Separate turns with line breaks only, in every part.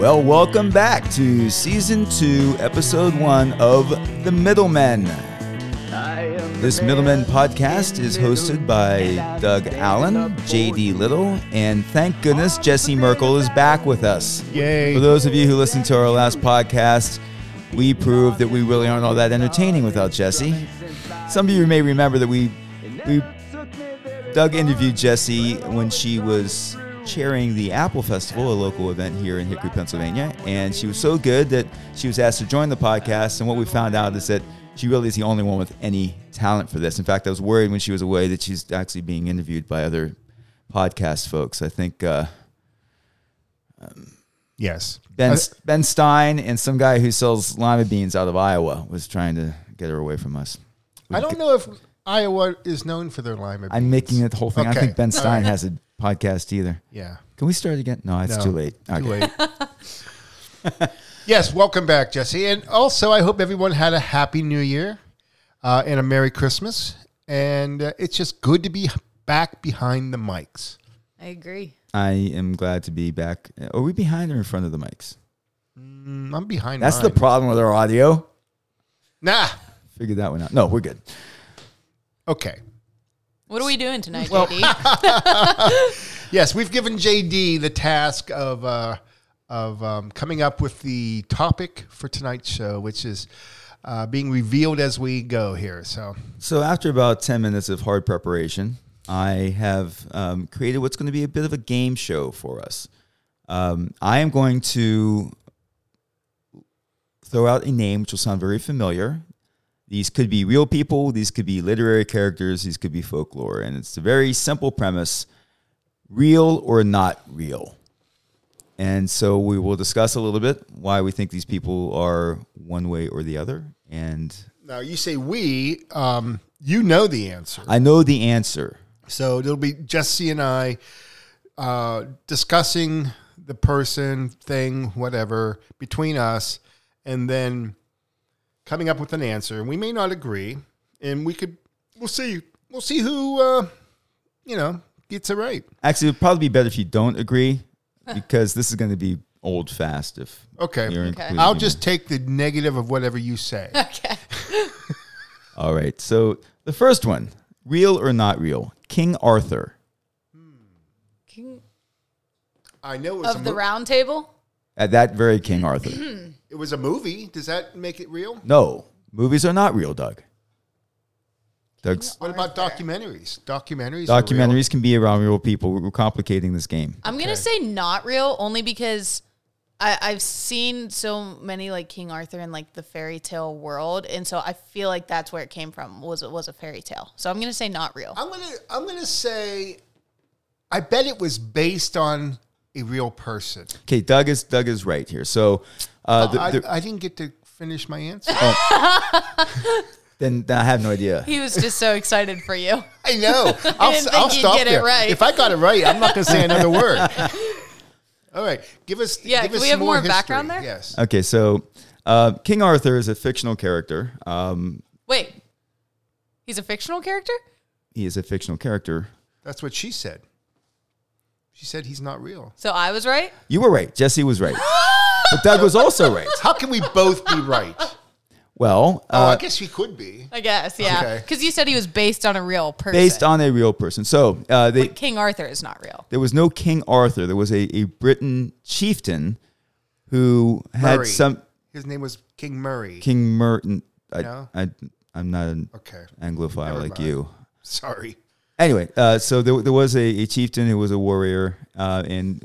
Well, welcome back to season two, episode one of The Middlemen. This Middlemen podcast is hosted by Doug Allen, JD Little, and thank goodness Jesse Merkel is back with us.
Yay.
For those of you who listened to our last podcast, we proved that we really aren't all that entertaining without Jesse. Some of you may remember that we, we Doug interviewed Jesse when she was chairing the Apple Festival, a local event here in Hickory, Pennsylvania, and she was so good that she was asked to join the podcast. And what we found out is that she really is the only one with any talent for this. In fact, I was worried when she was away that she's actually being interviewed by other podcast folks. I think uh,
Yes.
Ben
Uh,
Ben Stein and some guy who sells lima beans out of Iowa was trying to get her away from us.
I don't know if Iowa is known for their lima beans.
I'm making it the whole thing. I don't
Okay.
think Ben Stein has a podcast either.
Yeah.
Can we start again? No, it's
No.
too late. Okay.
Too late. yes, welcome back, Jesse. And also, I hope everyone had a happy new year uh, and a Merry Christmas. And uh, it's just good to be back behind the mics.
I agree.
I am glad to be back. Are we behind or in front of the mics?
Mm, I'm behind.
That's the
mine.
problem with our audio.
Nah.
Figure that one out. No, we're good.
Okay.
What are we doing tonight,
Well-
JD?
Yes, we've given JD the task of uh, of um, coming up with the topic for tonight's show, which is uh, being revealed as we go here. So
So after about ten minutes of hard preparation, I have um, created what's going to be a bit of a game show for us. Um, I am going to throw out a name which will sound very familiar. These could be real people. These could be literary characters. These could be folklore, and it's a very simple premise: real or not real. And so we will discuss a little bit why we think these people are one way or the other, and
now you say we, um, you know the answer.
I know the answer.
So it'll be Jesse and I uh, discussing the person, thing, whatever between us, and then coming up with an answer. We may not agree, and we could we'll see we'll see who uh, you know gets it right.
Actually, it'd probably be better if you don't agree because this is going to be old fast. If
Okay.
you're
Okay.
including
I'll
it.
just take the negative of whatever you say.
okay.
all right. So the first one, real or not real, King Arthur.
King
I know it was, a
of the
mo-
round table?
Uh, that very King Arthur.
it was a movie. Does that make it real?
no, movies are not real, Doug. Doug's
What about documentaries? Documentaries. are real.
documentaries can be around real people. We're complicating this game.
I'm going to say not real only because I, I've seen so many like King Arthur and like the fairy tale world. And so I feel like that's where it came from was it was a fairy tale. So I'm going to say not real.
I'm gonna I'm gonna say I bet it was based on a real person.
Okay, Doug is Doug is right here. So uh, the,
I,
the-
I didn't get to finish my answer.
Oh.
then I have no idea.
He was just so excited for you.
I know. I'll,
didn't think
I'll
you'd
stop
get it
there.
right.
If I got it right, I'm not gonna say another word. All right, give us
Yeah,
Give
can
us
we have
some
more
history.
background there?
Yes.
Okay, so uh, King Arthur is a fictional character. Um,
Wait. He's a fictional character?
he is a fictional character.
That's what she said. She said he's not real.
So I was right?
You were right. Jesse was right. But Doug was also right.
How can we both be right?
Uh,
Well,
oh, I
uh,
guess we could be.
I guess, yeah.
Okay.
Because you said he was based on a real person.
based on a real person. So uh, they,
King Arthur is not real.
there was no King Arthur. There was a, a Briton chieftain who had
Murray.
some
His name was King Murray.
King Merton. I,
No?
I, I'm not an
Okay.
Anglophile
Never
like
mind.
you.
Sorry.
Anyway, uh, so there, there was a, a chieftain who was a warrior uh, and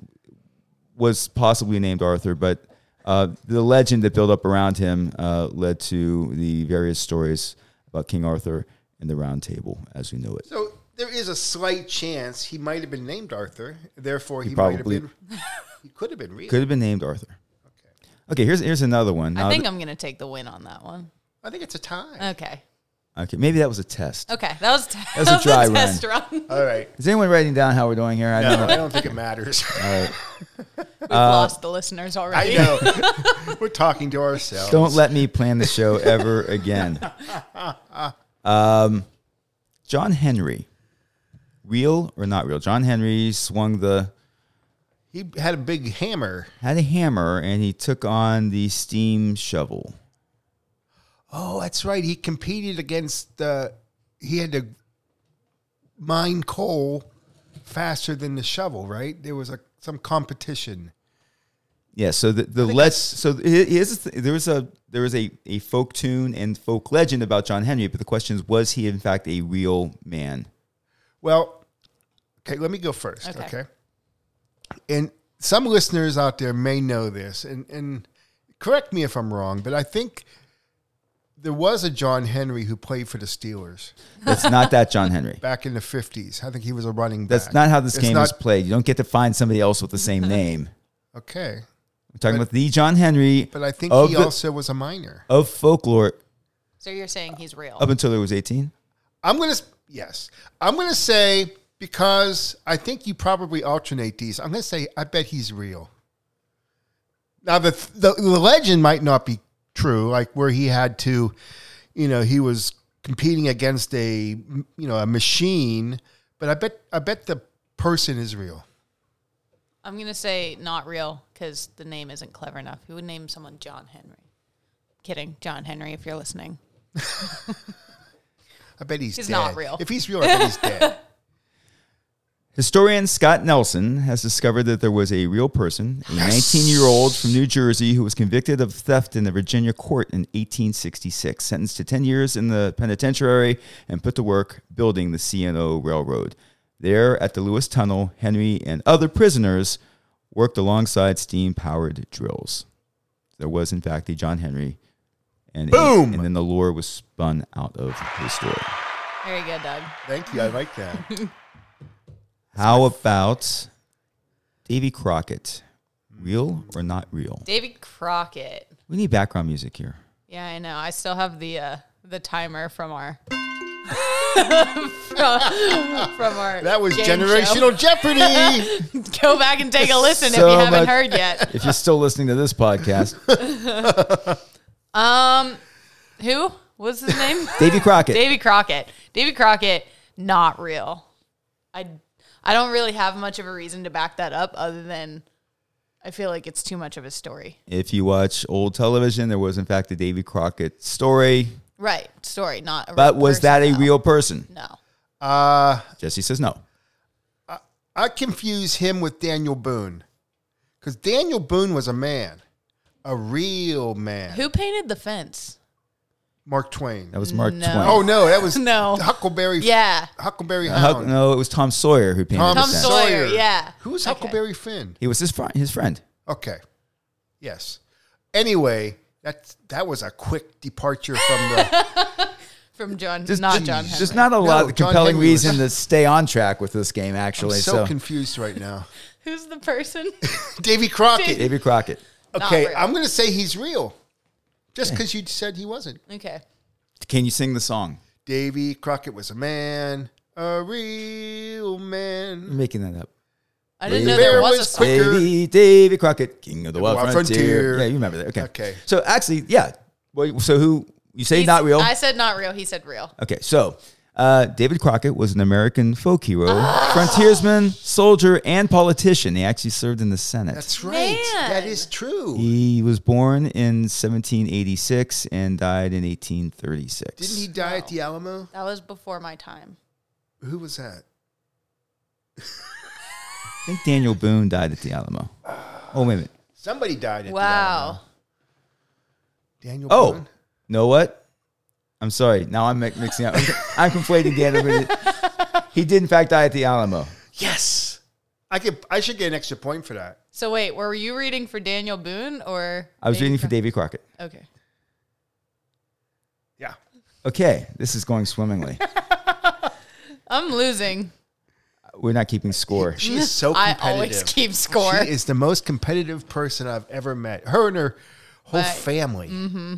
was possibly named Arthur, but uh, the legend that built up around him uh, led to the various stories about King Arthur and the Round Table as we know it.
So there is a slight chance he might have been named Arthur. Therefore, he,
probably-
might have been. He could have been real.
Could have been named Arthur. Okay, here's here's another one. Now
I think
th-
I'm going to take the win on that one.
I think it's a tie.
Okay.
okay, maybe that was a test.
Okay. That was, that was
a
a
dry run.
test run.
All right.
Is anyone writing down how we're doing here? I
No,
don't know.
I don't think it matters.
We've lost the listeners
I
already.
know. We're talking to ourselves.
Don't let me plan the show ever again. Um, John Henry, real or not real? John Henry swung the
He had a big hammer.
Had a hammer and he took on the steam shovel.
Oh, that's right. He competed against the. He had to mine coal faster than the shovel. Right? There was a some competition.
Yeah, so the, the let's so he- here's the th- there was a there was a, a folk tune and folk legend about John Henry, but the question is, was he in fact a real man?
Well, okay, let me go first.
Okay.
Okay. And some listeners out there may know this, and, and correct me if I'm wrong, but I think there was a John Henry who played for the Steelers
That's not that John Henry.
back in the 50s. I think he was a running back.
That's not how this
It's
game
not-
is played. You don't get to find somebody else with the same name.
Okay.
I'm talking about the John Henry
But I think
Of
he
the-
also was a minor.
of folklore
So you're saying he's real?
up until he was 18.
I'm going to, yes. I'm going to say, because I think you probably alternate these, I'm going to say, I bet he's real. Now, the, the, the legend might not be true, like where he had to, you know, he was competing against a, you know, a machine, but I bet, I bet the person is real.
I'm gonna say not real because the name isn't clever enough. Who would name someone John Henry? Kidding, John Henry, if you're listening.
I bet he's,
He's
dead.
not real.
If he's real, I bet he's dead.
Historian Scott Nelson has discovered that there was a real person, a 19 year old from New Jersey, who was convicted of theft in the Virginia court in 1866, sentenced to 10 years in the penitentiary, and put to work building the CNO Railroad. There, at the Lewis Tunnel, Henry and other prisoners worked alongside steam powered drills. There was, in fact, a John Henry. And
Boom!
and then the lore was spun out of his story.
Very good, Doug.
Thank you. I like that.
How about Davy Crockett? Real or not real?
David Crockett.
We need background music here.
Yeah, I know. I still have the uh, the timer from our from, from our
That was
game
generational Jeopardy.
show. Go back and take a listen if
So
you haven't
much-
heard yet.
If you're still listening to this podcast,
Um, who? What's his name?
Davy Crockett.
Davy Crockett. Davy Crockett, not real. I I don't really have much of a reason to back that up other than I feel like it's too much of a story.
if you watch old television, there was in fact a Davy Crockett story,
Right. Story, not a
but
real
was
person,
that a
though.
real person?
No.
Uh,
Jesse says no.
I confuse him with Daniel Boone because Daniel Boone was a man, a real man.
Who painted the fence?
Mark Twain.
That was Mark
No.
Twain.
oh no, that was
No.
Huckleberry.
Yeah.
Huckleberry
Huck-
Hound.
no, it was Tom Sawyer who painted
Tom
the
Tom
fence.
Sawyer.
Sawyer, yeah.
Who's
Okay.
Huckleberry Finn?
He was his friend. His friend.
Okay, yes. Anyway, that that was a quick departure from the.
From John
Just,
not
just-
John Henry.
Just not a lot of
John
compelling
Henry was-
reason to stay on track with this game. Actually,
I'm so,
so,
confused right now.
Who's the person?
Davy Crockett.
Davy Crockett.
Okay,
real.
I'm going to say he's real, just because you said he wasn't.
okay.
Can you sing the song?
Davy Crockett was a man, a real man.
I'm making that up.
I didn't know
There
there
There
was a
was
song.
quicker-
Davy, Davy Crockett, King of the Wild,
Wild
Frontier.
Frontier.
Yeah, you remember that. Okay.
Okay.
So actually, yeah. Well, so who you say
He's-
not real?
I said not real. He said real.
okay. So uh, David Crockett was an American folk hero,
Ah.
frontiersman, soldier, and politician. He actually served in the Senate.
That's right. That
Man.
is true.
he was born in 1786 and died in 1836.
Didn't he die at the Alamo?
That was before my time.
Who was that?
I think Daniel Boone died at the Alamo. Oh wait a minute.
Somebody died at
Wow.
the Alamo. Daniel
Oh,
Boone.
know what? I'm sorry. Now I'm mi- mixing up. I'm conflating Daniel. Boone. He did in fact die at the Alamo.
Yes. I could I should get an extra point for that.
So wait, were you reading for Daniel Boone or
I was
Davy
reading for
Crockett?
Davy Crockett.
Okay.
Yeah.
Okay, this is going swimmingly.
I'm losing.
We're not keeping score.
She is so
I
competitive.
always keep score.
She is the most competitive person I've ever met. Her and her whole
But-
family.
Well, Mm-hmm.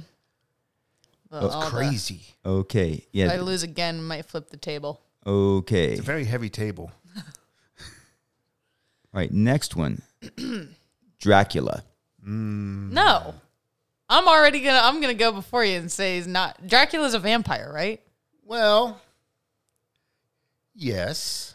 all the-
Crazy.
Okay,
if I
yeah.
lose again, might flip the table.
Okay. All
Very heavy table.
right, next one. Dracula.
No. I'm already gonna I'm gonna go before you and say he's not Dracula's a vampire, right?
Well, yes.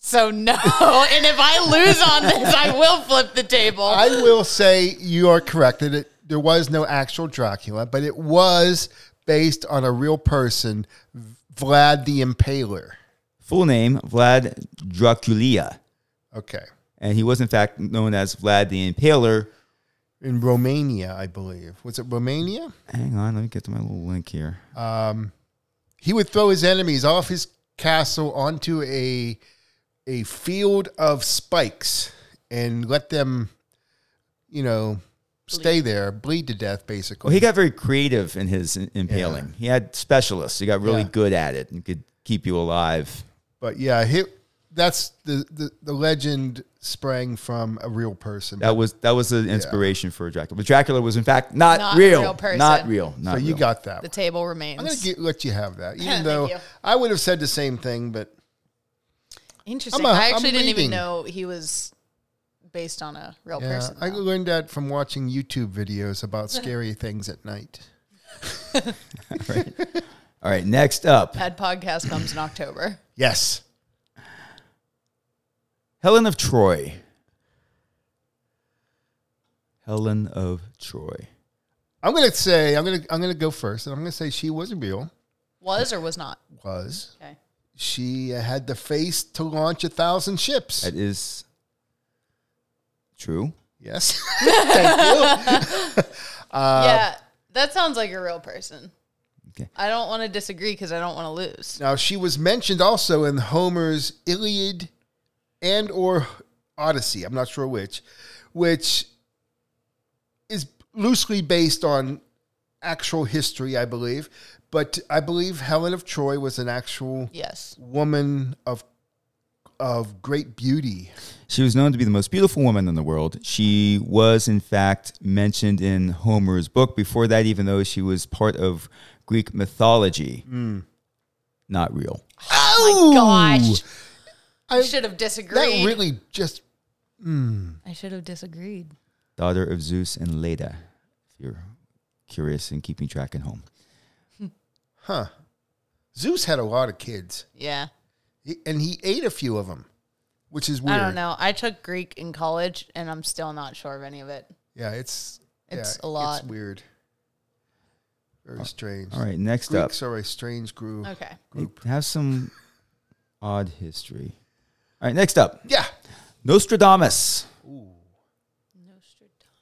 So no. and if I lose on this, I will flip the table.
I will say you are correct that it, there was no actual Dracula, but it was based on a real person, Vlad the Impaler.
Full name Vlad Draculia,
Okay.
and he was in fact known as Vlad the Impaler.
In Romania, I believe. Was it Romania?
Hang on, let me get to my little link here.
He would throw his enemies off his castle onto a a field of spikes and let them, you know, stay there, bleed to death basically.
Well, he got very creative in his im- impaling. He had specialists. He got really
Yeah.
good at it and could keep you alive.
But yeah, he, that's the, the the legend sprang from a real person.
That was that was the inspiration for Dracula. But Dracula was in fact not,
Not a
real,
real person.
not real. Not
so you
real.
got that.
the
one.
table remains.
I'm gonna get, let you have that, even
Thank
though
you.
I would have said the same thing. But
Interesting.
I'm a-
I actually
I'm
didn't
reading.
even know he was based on a real
yeah,
person.
uh, I
though.
learned that from watching YouTube videos about scary things at night.
All right, next up,
That podcast comes in October.
Yes,
Helen of Troy. Helen of Troy.
I'm gonna say I'm gonna I'm gonna go first, and I'm gonna say she was real.
Was or was not?
Was
Okay.
she had the face to launch a thousand ships?
That is true.
yes, thank you. Uh,
yeah, that sounds like a real person.
Okay.
I don't want to disagree because I don't want to lose.
Now she was mentioned also in Homer's Iliad and or Odyssey, I'm not sure which, which is loosely based on actual history, I believe, but I believe Helen of Troy was an actual
Yes.
woman of of great beauty.
She was known to be the most beautiful woman in the world. She was, in fact, mentioned in Homer's book before that, even though she was part of Greek mythology.
Hmm.
Not real.
Oh
Gosh, I
I-
should have disagreed.
That really just
I should have disagreed.
Daughter of Zeus and Leda, if you're curious and keeping track at home.
huh. Zeus had a lot of kids,
Yeah.
He- and he ate a few of them, which is weird.
I don't know. I took Greek in college and I'm still not sure of any of it.
Yeah, it's
It's
yeah,
a lot.
It's weird. Very strange.
All right, next up.
Greeks are a strange group.
Okay.
group.
Have some odd history. All right, next up
Yeah,
Nostradamus.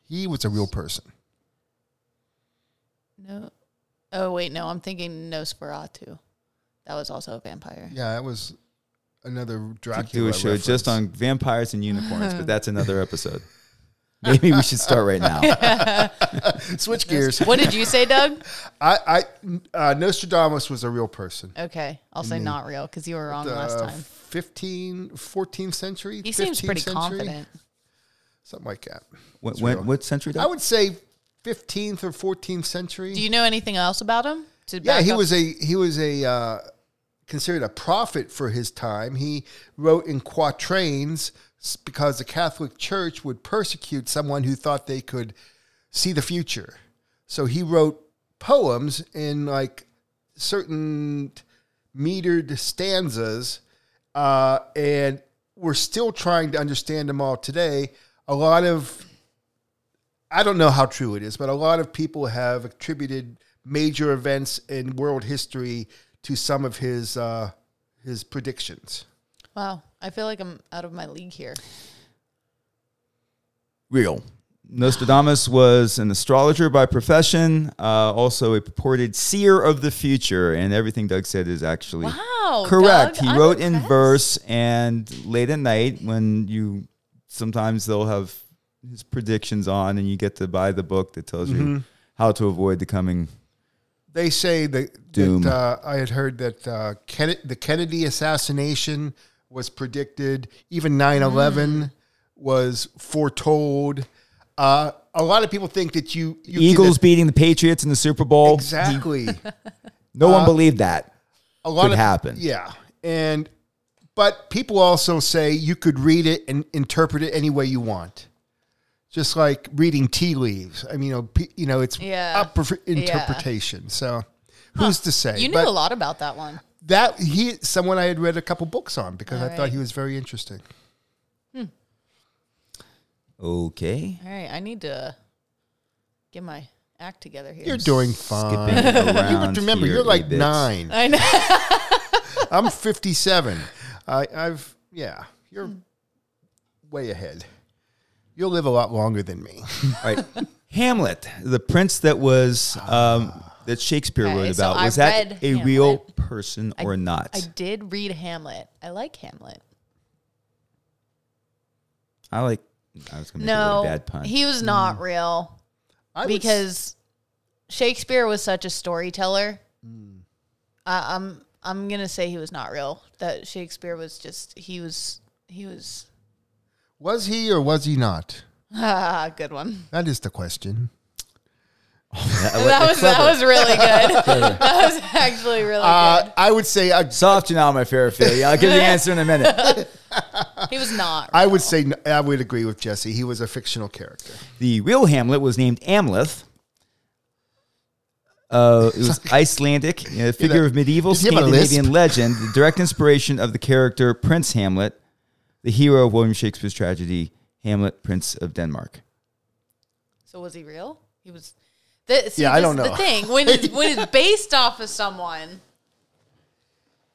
he was a real person.
No. Oh, wait. No, I'm thinking Nosferatu. That was also a vampire.
Yeah, that was another Dracula.
do a show
reference.
just on vampires and unicorns, but that's another episode. Maybe we should start right now.
switch gears.
What did you say, Doug?
I, I uh, Nostradamus was a real person.
Okay. I'll
Mm.
say not real because you were wrong last
Uh,
time.
15, 14th century.
He seems
15th
pretty
century,
confident.
Something like that.
What, when, what century?
I would say fifteenth or fourteenth century.
Do you know anything else about him? To
Yeah,
back
he
up-
was a he was a uh, considered a prophet for his time. He wrote in quatrains s- because the Catholic Church would persecute someone who thought they could see the future. So he wrote poems in like certain metered stanzas, uh, and we're still trying to understand them all today. A lot of I don't know how true it is, but a lot of people have attributed major events in world history to some of his uh, his predictions.
Wow. I feel like I'm out of my league here.
real. Nostradamus was an astrologer by profession, uh, also a purported seer of the future, and everything Doug said is actually
Wow.
correct.
Doug,
he
I'm
wrote in
impressed.
verse, and late at night when you sometimes they'll have his predictions on, and you get to buy the book that tells
Mm-hmm.
you how to avoid the coming.
They say that,
Doom.
that uh, I had heard that uh, Ken- the Kennedy assassination was predicted, even 9
Mm.
11 was foretold. Uh, a lot of people think that you, you can-
Eagles beating the Patriots in the Super Bowl.
exactly.
No
Uh,
one believed that.
a lot
could
of
happen.
Yeah, and but people also say you could read it and interpret it any way you want, just like reading tea leaves. I mean, you know, pe- you know it's
Yeah.
up for
Yeah.
interpretation. So who's to say?
You knew
But
a lot about that one.
that he someone I had read a couple books on because I
All
thought
right.
he was very interesting.
Okay.
All right, I need to get my act together here.
You're doing fine.
Skipping
uh, You
around
would remember
here
you're
a
like
bit.
nine.
I know.
I'm 57. I, I've yeah, you're
Hmm.
way ahead. You'll live a lot longer than me.
All right. Hamlet, the prince that was um, that Shakespeare
Okay,
wrote
so
about,
I
was that
read
a real
Hamlet.
person or not?
I did read Hamlet. I like Hamlet.
I, like. I was going to
No,
make a really bad pun.
he was not real
Mm. I would s-
because Shakespeare was such a storyteller.
Mm.
I, I'm I'm gonna say he was not real. That Shakespeare was just he was he was
was he or was he not?
ah good one.
That is the question.
that was that was really good. that was actually really
Uh, I would say I,
Soft and all my fair Ophelia. I'll give you the answer in a minute.
good. He was not.
I would say n- I would agree with Jesse. He was a fictional character.
The real Hamlet was named Amleth. Uh, it was Icelandic, a figure of medieval
Does he have a lisp?
Scandinavian legend, the direct inspiration of the character Prince Hamlet, the hero of William Shakespeare's tragedy, Hamlet, Prince of Denmark.
So was he real? He was. The, see,
Yeah, I
this
don't
is
know.
The thing when it's when it's based off of someone,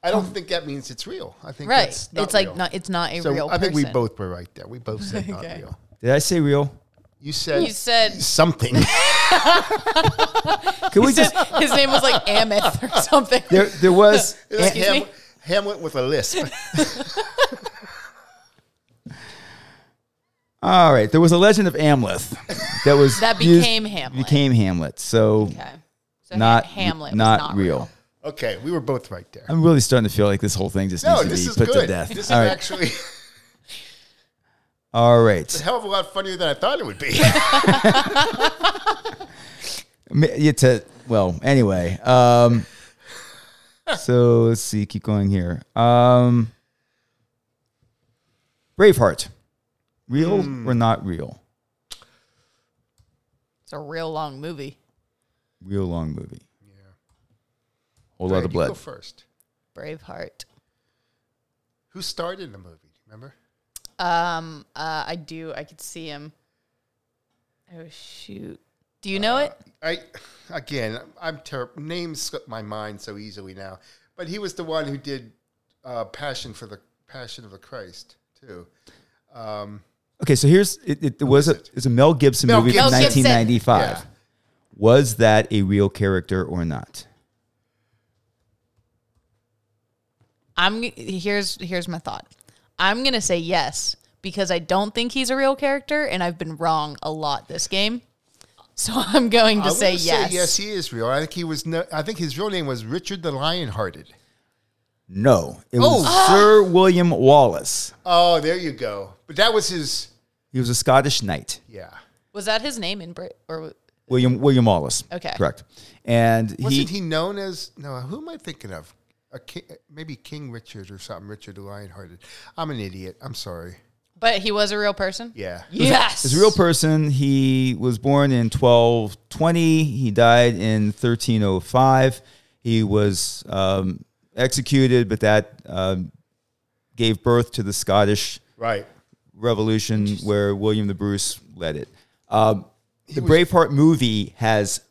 I don't think that means it's real. I think
right?
that's
It's
not
like
real.
not. It's not a
So
real.
I think we
person.
both were right there. We both said not
Okay.
real.
Did I say real?
You said
You said
something.
Could we just?
his name was like Ameth or something.
There, there was.
Ham-
Excuse me?
Hamlet with a lisp.
All right, there was a legend of Amleth that was
That
used-
became Hamlet.
Became Hamlet. So
okay. So
not
Ha- Hamlet.
not,
was not
real.
Okay, we were both right there.
I'm really starting to feel like this whole thing just
No,
needs
this
to
is
be put
good.
to death.
This is
All right.
actually
All
a
right.
hell of a lot funnier than I thought it would be.
M- It's a well. Anyway, um, so let's see. Keep going here. Um, Braveheart, real
Hmm.
or not real?
It's a real long movie.
Real long movie. Yeah. Whole
Brad,
lot of
you Go
blood.
first.
Braveheart.
Who starred in the movie? do you Remember?
Um. Uh. I do. I could see him. Oh shoot. Do you know it?
I again, I'm terrible. Names slip my mind so easily now. But he was the one who did uh, Passion for the Passion of the Christ too.
Okay, so here's it. it was a it's a Mel Gibson
Mel
movie from
Gibson. Mel Gibson.
1995.
Yeah.
Was that a real character or not?
I'm g- here's here's my thought. I'm gonna say yes because I don't think he's a real character, and I've been wrong a lot this game. So I'm going to
I
say
would
yes.
yes, he is real. I think he was. No, I think his real name was Richard the Lionhearted.
No, it
Oh.
was Sir William Wallace.
Oh, there you go. But that was his.
He was a Scottish knight.
Yeah.
Was that his name in Brit or w-
William William Wallace.
Okay.
correct. And he,
Wasn't he, known as no? Who am I thinking of? A king, maybe King Richard or something. Richard the Lionhearted. I'm an idiot. I'm sorry.
but he was a real person?
Yeah.
Yes.
is a real person. He was born in 1220. He died in 1305. He was um, executed, but that um, gave birth to the Scottish
Right.
Revolution, where William the Bruce led it. Um, the Braveheart movie has,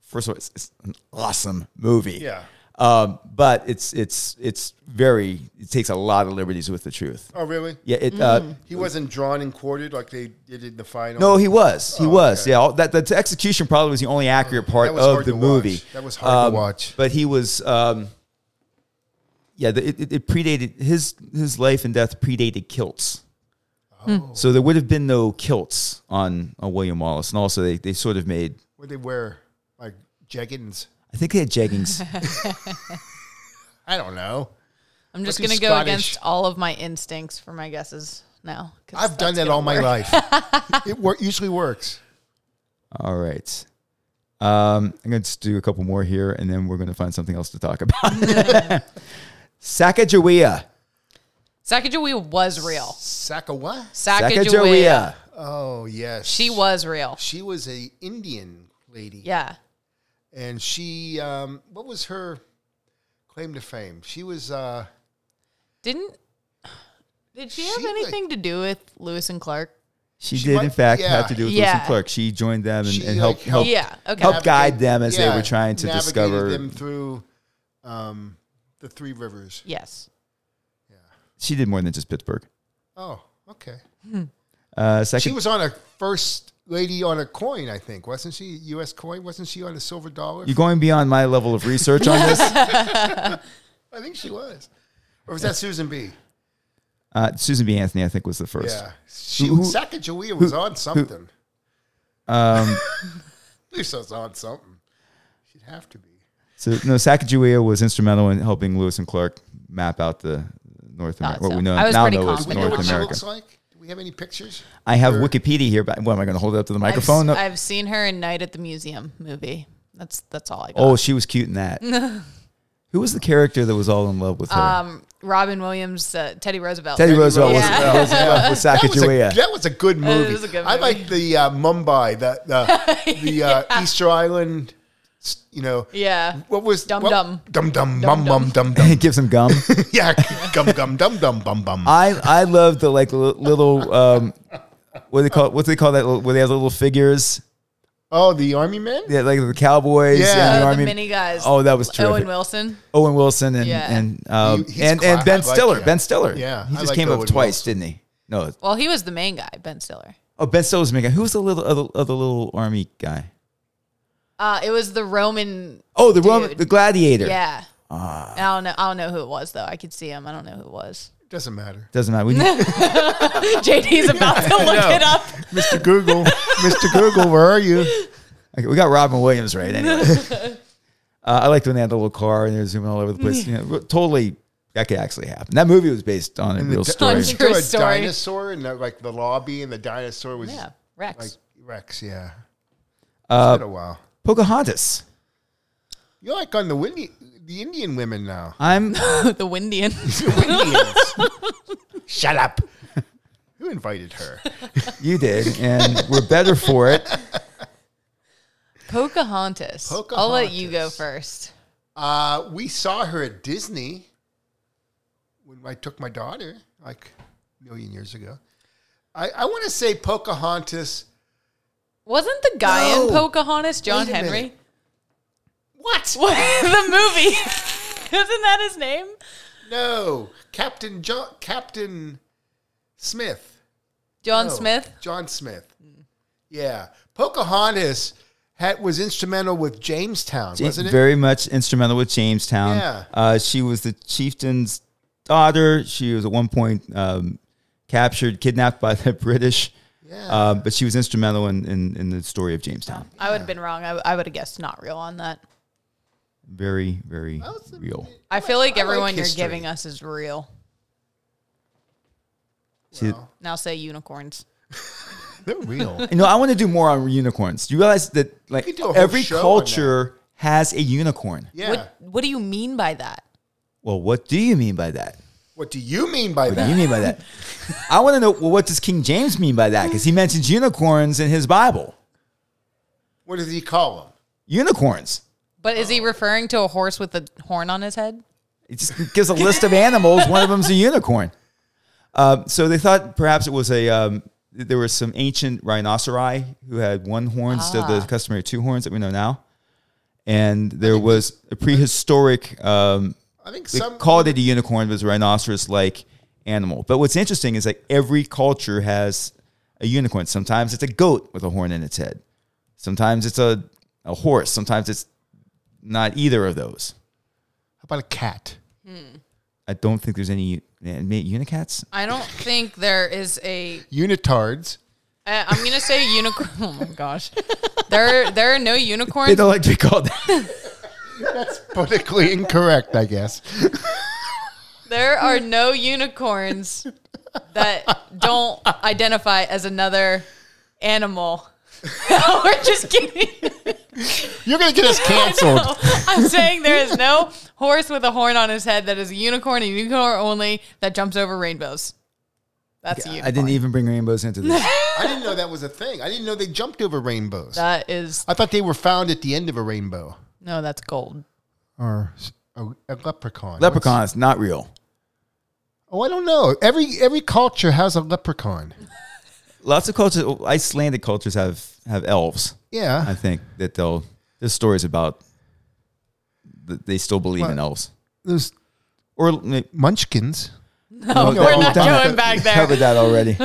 first of all, it's, it's an awesome movie.
Yeah.
Um, but it's it's it's very it takes a lot of liberties with the truth.
Oh, really?
Yeah. It. Uh,
He wasn't drawn and quartered like they did in the final.
no, he was. He was.
Oh, okay.
Yeah. all- That the execution probably was the only accurate part
That was
of
hard
the
to
movie.
watch. That was hard to
Um,
watch.
But he was. Um, yeah, the, it, it- it predated his his life and death predated kilts.
Hmm.
So there would have been no kilts on, on William Wallace, and also they, they sort of made.
What they wear like jeggings.
I think they had jeggings.
I don't know.
I'm just
Was
gonna
he
go
Scottish?
against all of my instincts for my guesses now. 'cause
I've done
that's
that
gonna
all my
work.
life. it wor- usually works.
All right. Um, I'm going to do a couple more here, and then we're going to find something else to talk about. Sacagawea.
Sacagawea was real.
Saka what?
Sacagawea.
Sacagawea.
Oh yes.
She was real.
She was a Indian lady.
Yeah.
And she, um, what was her claim to fame. She was uh,
Didn't did she,
She,
have
like-
anything to do with Lewis and Clark?
She,
She
did, in
might-
fact,
yeah.
have to do with Lewis
Yeah.
and Clark. She joined them and,
She,
and helped,
like,
helped
Yeah. Okay.
help guide them as they
yeah,
were trying to
navigated
discover.
them through um, the three rivers.
Yes.
She did more than just Pittsburgh.
Oh, okay.
Uh,
She
second,
was on a first lady on a coin, I think, wasn't she? U.S. coin, wasn't she on a silver dollar?
you're going beyond my level of research on this.
I think she was. Or was that Susan B?
Uh, Susan B. Anthony, I think, was the first.
Yeah, she
Who- who-
Sacagawea was on something.
Um,
At least I was on something. She'd have to be.
so no, Sacagawea was instrumental in helping Lewis and Clark map out the North
Thought
America. What
so.
we know
I was
now
pretty
know as
Do we
confident
know
North
what she
America.
looks like? Do we have any pictures?
I have
Sure.
Wikipedia here, but what am I going to hold it up to the
I've,
microphone? No.
I've seen her in Night at the Museum movie. That's that's all I got.
oh, she was cute in that. Who was the character that was all in love with her?
Um, Robin Williams, uh, Teddy Roosevelt.
Teddy Roosevelt was,
Yeah.
was in love with
That was, a,
Sacagawea.
that was a good movie.
was a good
I
movie.
like the uh, Mumbai, the the, the uh, Easter Island. s- You know
Yeah.
what was
Dum
what-
dum.
dum dum mum
Dum
mum dum dum
Give some gum.
yeah gum gum dum dum bum bum.
I I love the like li- little um, what do they call what do they call that little- where they have the little figures
Oh, the army men.
yeah like the cowboys
Yeah.
and the
Oh,
army
the mini guys.
oh that was terrific
Owen Wilson.
Owen Wilson and
Yeah.
and um,
He- he's
and,
class-
and Ben
I like
Stiller
him.
Ben Stiller
Yeah,
he
I
just
like
came up
Owen
twice didn't he no
Well, he was the main guy, Ben Stiller.
oh Ben Stiller's making who's the little other, other little army guy
Uh, it was the Roman.
oh the Roman
Dude.
the gladiator
Yeah.
Ah.
And I don't know. I don't know who it was though. I could see him. I don't know who it was.
Doesn't matter.
doesn't matter we need,
JD's about to look
know.
it up.
Mr. Google, Mr. Google, where are you?
okay, we got Robin Williams right anyway uh, I liked when they had the little car and they were zooming all over the place you know, totally that could actually happen that movie was based on a real
di-
story.
True
There was a
story.
dinosaur in the, like the lobby, and the dinosaur was
Yeah, Rex.
like Rex. Yeah,
Uh,
it's been a while.
Pocahontas.
You're like on the windy, the Indian women now.
I'm
the Windian.
Shut up. Who invited her?
you did, and we're better for it.
Pocahontas. I'll let you go
Pocahontas.
first.
Uh, we saw her at Disney when I took my daughter, like a million years ago. I, I want to say Pocahontas.
Wasn't the guy in
No.
Pocahontas John
Wait a
Henry?
minute. What?
What the movie? Isn't that his name?
No, Captain John, Captain Smith.
John
No,
Smith.
John Smith. Yeah, Pocahontas had, was instrumental with Jamestown, wasn't it?
Very much instrumental with Jamestown.
Yeah.
Uh, she was the chieftain's daughter. She was at one point um, captured, kidnapped by the British.
Yeah.
Uh, but she was instrumental in, in, in the story of Jamestown.
I would have been wrong. I, would have guessed not real on that.
Very, very
was-
real.
I feel like
I like
everyone you're
history.
giving us is real.
She-
Now say unicorns.
They're real.
you know, I want to do more on unicorns. Do you realize that like
could do a whole
every
show on that.
culture has a unicorn?
Yeah.
What
What,
What do you mean by that?
Well, what do you mean by that?
do you mean by
What do you
that?
mean by that? I want to know well, what does King James mean by that? Because he mentions unicorns in his Bible.
What does he call them?
Unicorns.
But is he referring to a horse with a horn on his head?
It just gives a list of animals. One of them's a unicorn. Uh, so they thought perhaps it was a. Um, there were some ancient rhinoceri who had one horn instead of the customary two horns that we know now, and there was a prehistoric. Um,
I think
they
some
called it a unicorn, but it was a rhinoceros-like animal. But what's interesting is like every culture has a unicorn. Sometimes it's a goat with a horn in its head. Sometimes it's a, a horse. Sometimes it's not either of those.
How about a cat?
I don't think there's any man, ma- unicats.
I don't think there is a.
Unitards.
Uh, I'm gonna say unicorn. Oh my gosh, there there are no
They
unicorns.
don't like to be called that.
That's politically incorrect, I guess.
There are no unicorns that don't identify as another animal. We're just kidding.
You're gonna get us canceled.
No, I'm saying there is no horse with a horn on his head that is a unicorn, a unicorn only that jumps over rainbows. That's a
I
unicorn.
didn't even bring rainbows into this.
I didn't know that was a thing. I didn't know they jumped over rainbows.
That is
I thought they were found at the end of a rainbow.
no, that's gold.
Or a, a leprechaun. What's-
Leprechaun is not real.
Oh, I don't know. Every every culture has a leprechaun.
Lots of cultures, Icelandic cultures have have elves.
Yeah.
I think that they'll there's stories about that they still believe in
Well-
elves
There's
or no,
munchkins.
no,
Oh, We're not
done that.
going back there.
Covered that already.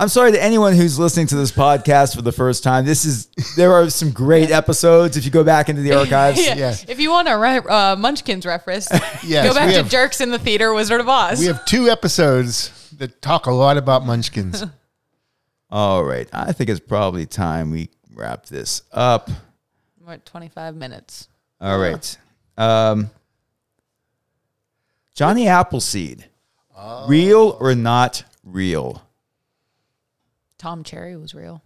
I'm sorry to anyone who's listening to this podcast for the first time. This is there are some great episodes if you go back into the archives.
Yeah.
Yes.
If you want a re- uh, Munchkins reference,
Yes,
go back
we
to
have-
Jerks in the Theater, Wizard of Oz.
We have two episodes that talk a lot about munchkins.
All right, I think it's probably time we wrap this up.
We're at 25 minutes.
All right, um, Johnny Appleseed,
Oh.
real or not real?
Tom Cherry was real.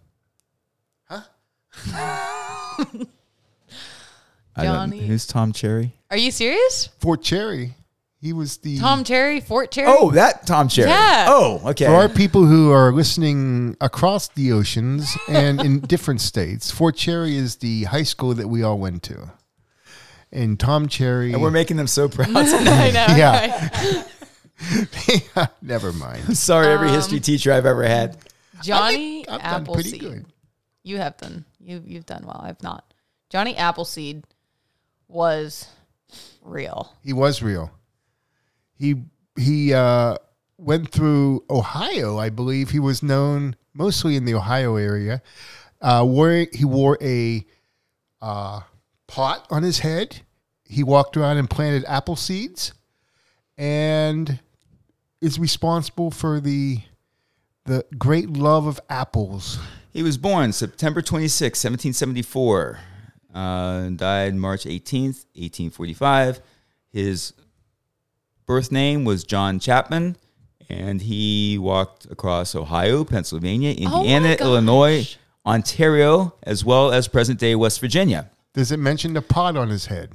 I don't-
Johnny.
who's Tom Cherry?
Are you serious?
Fort Cherry, he was the.
Tom Cherry, Fort Cherry?
Oh, that Tom Cherry.
Yeah.
Oh, okay.
for our people who are listening across the oceans and in different states, Fort Cherry is the high school that we all went to. And Tom Cherry.
And we're making them so proud. tonight.
I know.
Yeah.
right?
never mind.
Sorry, every
Um,
history teacher I've ever had.
Johnny
I've done pretty
Appleseed.
good.
You have done. You you've done well. I've not. Johnny Appleseed was real.
He was real. He he uh, went through Ohio, I believe. He was known mostly in the Ohio area. Uh, wore he wore a uh, pot on his head. He walked around and planted apple seeds, and is responsible for the the great love of apples.
He was born September 26, 1774, uh, and died March 18th, 1845. His birth name was John Chapman, and he walked across Ohio, Pennsylvania,
Oh my
Indiana,
gosh.
Illinois, Ontario, as well as present day West Virginia.
Does it mention the pot on his head?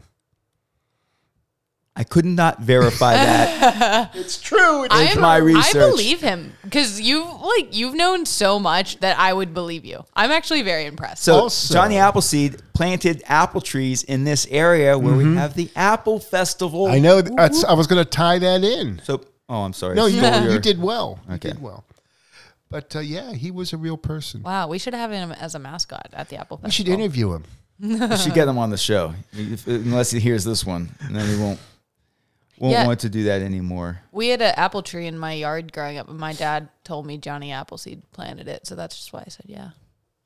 I could not verify that.
It's true.
I
It's my research.
I believe him because you like you've known so much that I would believe you. I'm actually very impressed.
So
Also-
Johnny Appleseed planted apple trees in this area where we have the Apple Festival.
Mm-hmm. I know. That's, I was going to tie that in.
So, oh, I'm sorry.
No, you,
Stole your-
you did well. You
Okay.
did well. But uh, yeah, he was a real person.
wow, we should have him as a mascot at the Apple Festival.
We should interview him.
We should get him on the show, if, unless he hears this one, and then he won't won't
Yeah.
want to do that anymore.
We had an apple tree in my yard growing up, and my dad told me Johnny Appleseed planted it, so that's just why I said yeah.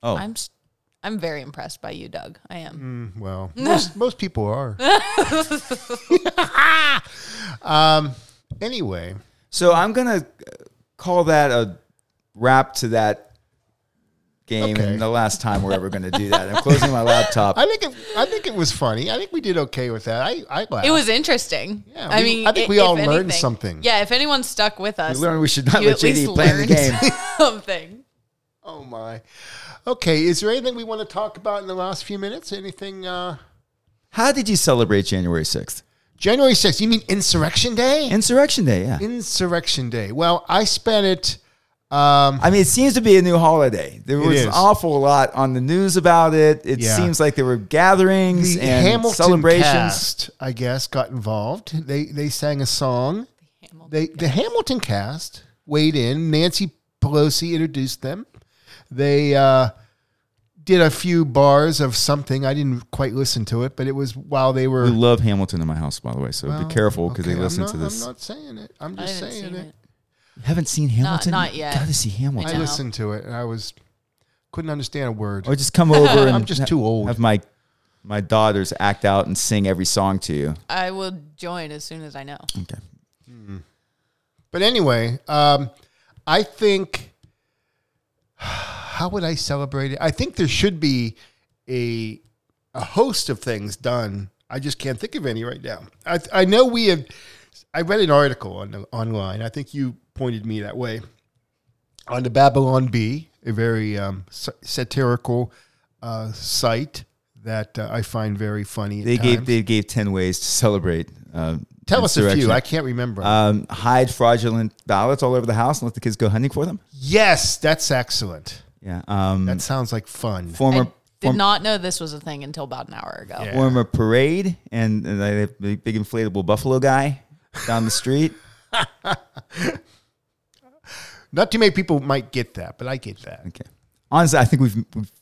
Oh,
I'm s- I'm very impressed by you, Doug. I am.
Mm, Well, most, most people are. um, anyway,
so I'm gonna uh, call that a wrap to that game,
Okay.
and the last time we're ever gonna do that. I'm closing my laptop.
I think it, I think it was funny. I think we did okay with that. I I laughed.
It was interesting.
Yeah,
I
we-
mean,
I think
i-
we all
if
learned
anything-
something.
Yeah, if anyone stuck with us,
We learned we should not
you
let
at least
JD play the
learned
game.
something.
oh my. Okay, is there anything we want to talk about in the last few minutes? Anything? Uh,
How did you celebrate January 6th?
January sixth. You mean Insurrection Day?
Insurrection Day, yeah.
Insurrection Day. Well, I spent it. Um,
I mean, it seems to be a new holiday. There was
is.
an awful lot on the news about it. It
Yeah.
seems like there were gatherings
the
and
Hamilton
celebrations.
cast, I guess, got involved. They they sang a song. They the Hamilton cast weighed in. Nancy Pelosi introduced them. They uh, did a few bars of something. I didn't quite listen to it, but it was while they were.
We
Oh,
love Hamilton in my house, by the way, so be careful because
Okay,
they
I'm
listen
not-
to this.
I'm not saying it. I'm
I
just
haven't
saying
seen
it.
it.
You haven't seen Hamilton?
not yet.
Gotta see
I
Hamilton.
know.
listened to it and I was couldn't understand a word.
Or just come over and
I'm just
ha-
too old.
Have my my daughters act out and sing every song to you.
I will join as soon as I know.
Okay.
But anyway, um, I think how would I celebrate it? I think there should be a a host of things done. I just can't think of any right now. I I know we have. I read an article on the, online. I think you pointed me that way on the Babylon Bee, a very um, s- satirical uh, site that uh, I find very funny. at
They gave
times.
they gave ten ways to celebrate. Uh,
Tell us a
insurrection.
few. I can't remember.
um, hide fraudulent ballots all over the house and let the kids go hunting for them.
yes, that's excellent.
Yeah. Um,
That sounds like fun.
former
Did not know this was a thing until about an hour ago.
Yeah.
Former parade and, and they have the big inflatable buffalo guy down the street.
Not too many people might get that, but I get that.
Okay. Honestly, I think we've, we've,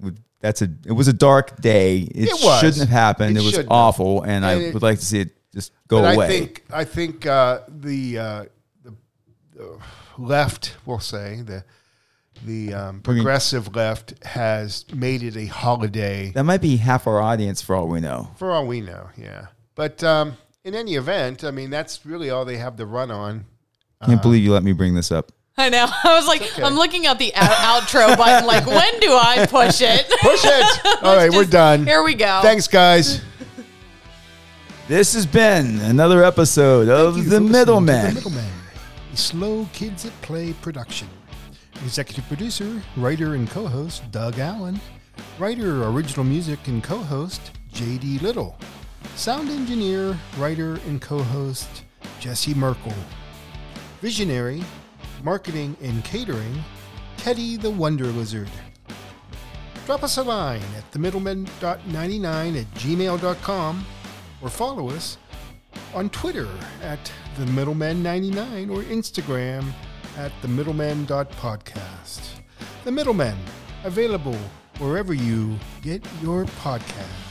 we've that's a it was a dark day. It,
It was.
shouldn't have happened.
It
It, was
shouldn't have.
awful, and, I
And it-
would like to see it just go
But
away.
I think I think uh, the, uh, the the left, we'll say the the um, progressive left has made it a holiday
that might be half our audience for all we know.
for all we know. Yeah, but um, in any event, I mean that's really all they have to run on. Uh-huh.
Can't believe you let me bring this up.
I know. I was like, I'm looking at the out- outro button. Like, when do I push it?
Push it! all right, we're done.
Here we go.
Thanks, guys.
This has been another episode of The Middleman.
Middleman, a slow kids at play production. Executive producer, writer, and co host Doug Allen. Writer, original music, and co host JD Little. Sound engineer, writer, and co host Jesse Merkel. Visionary, marketing, and catering Teddy the Wonder Lizard. Drop us a line at themiddleman.99 at gmail.com or follow us on Twitter at the Middleman99 or Instagram at the Middleman.podcast. The Middleman, available wherever you get your podcast.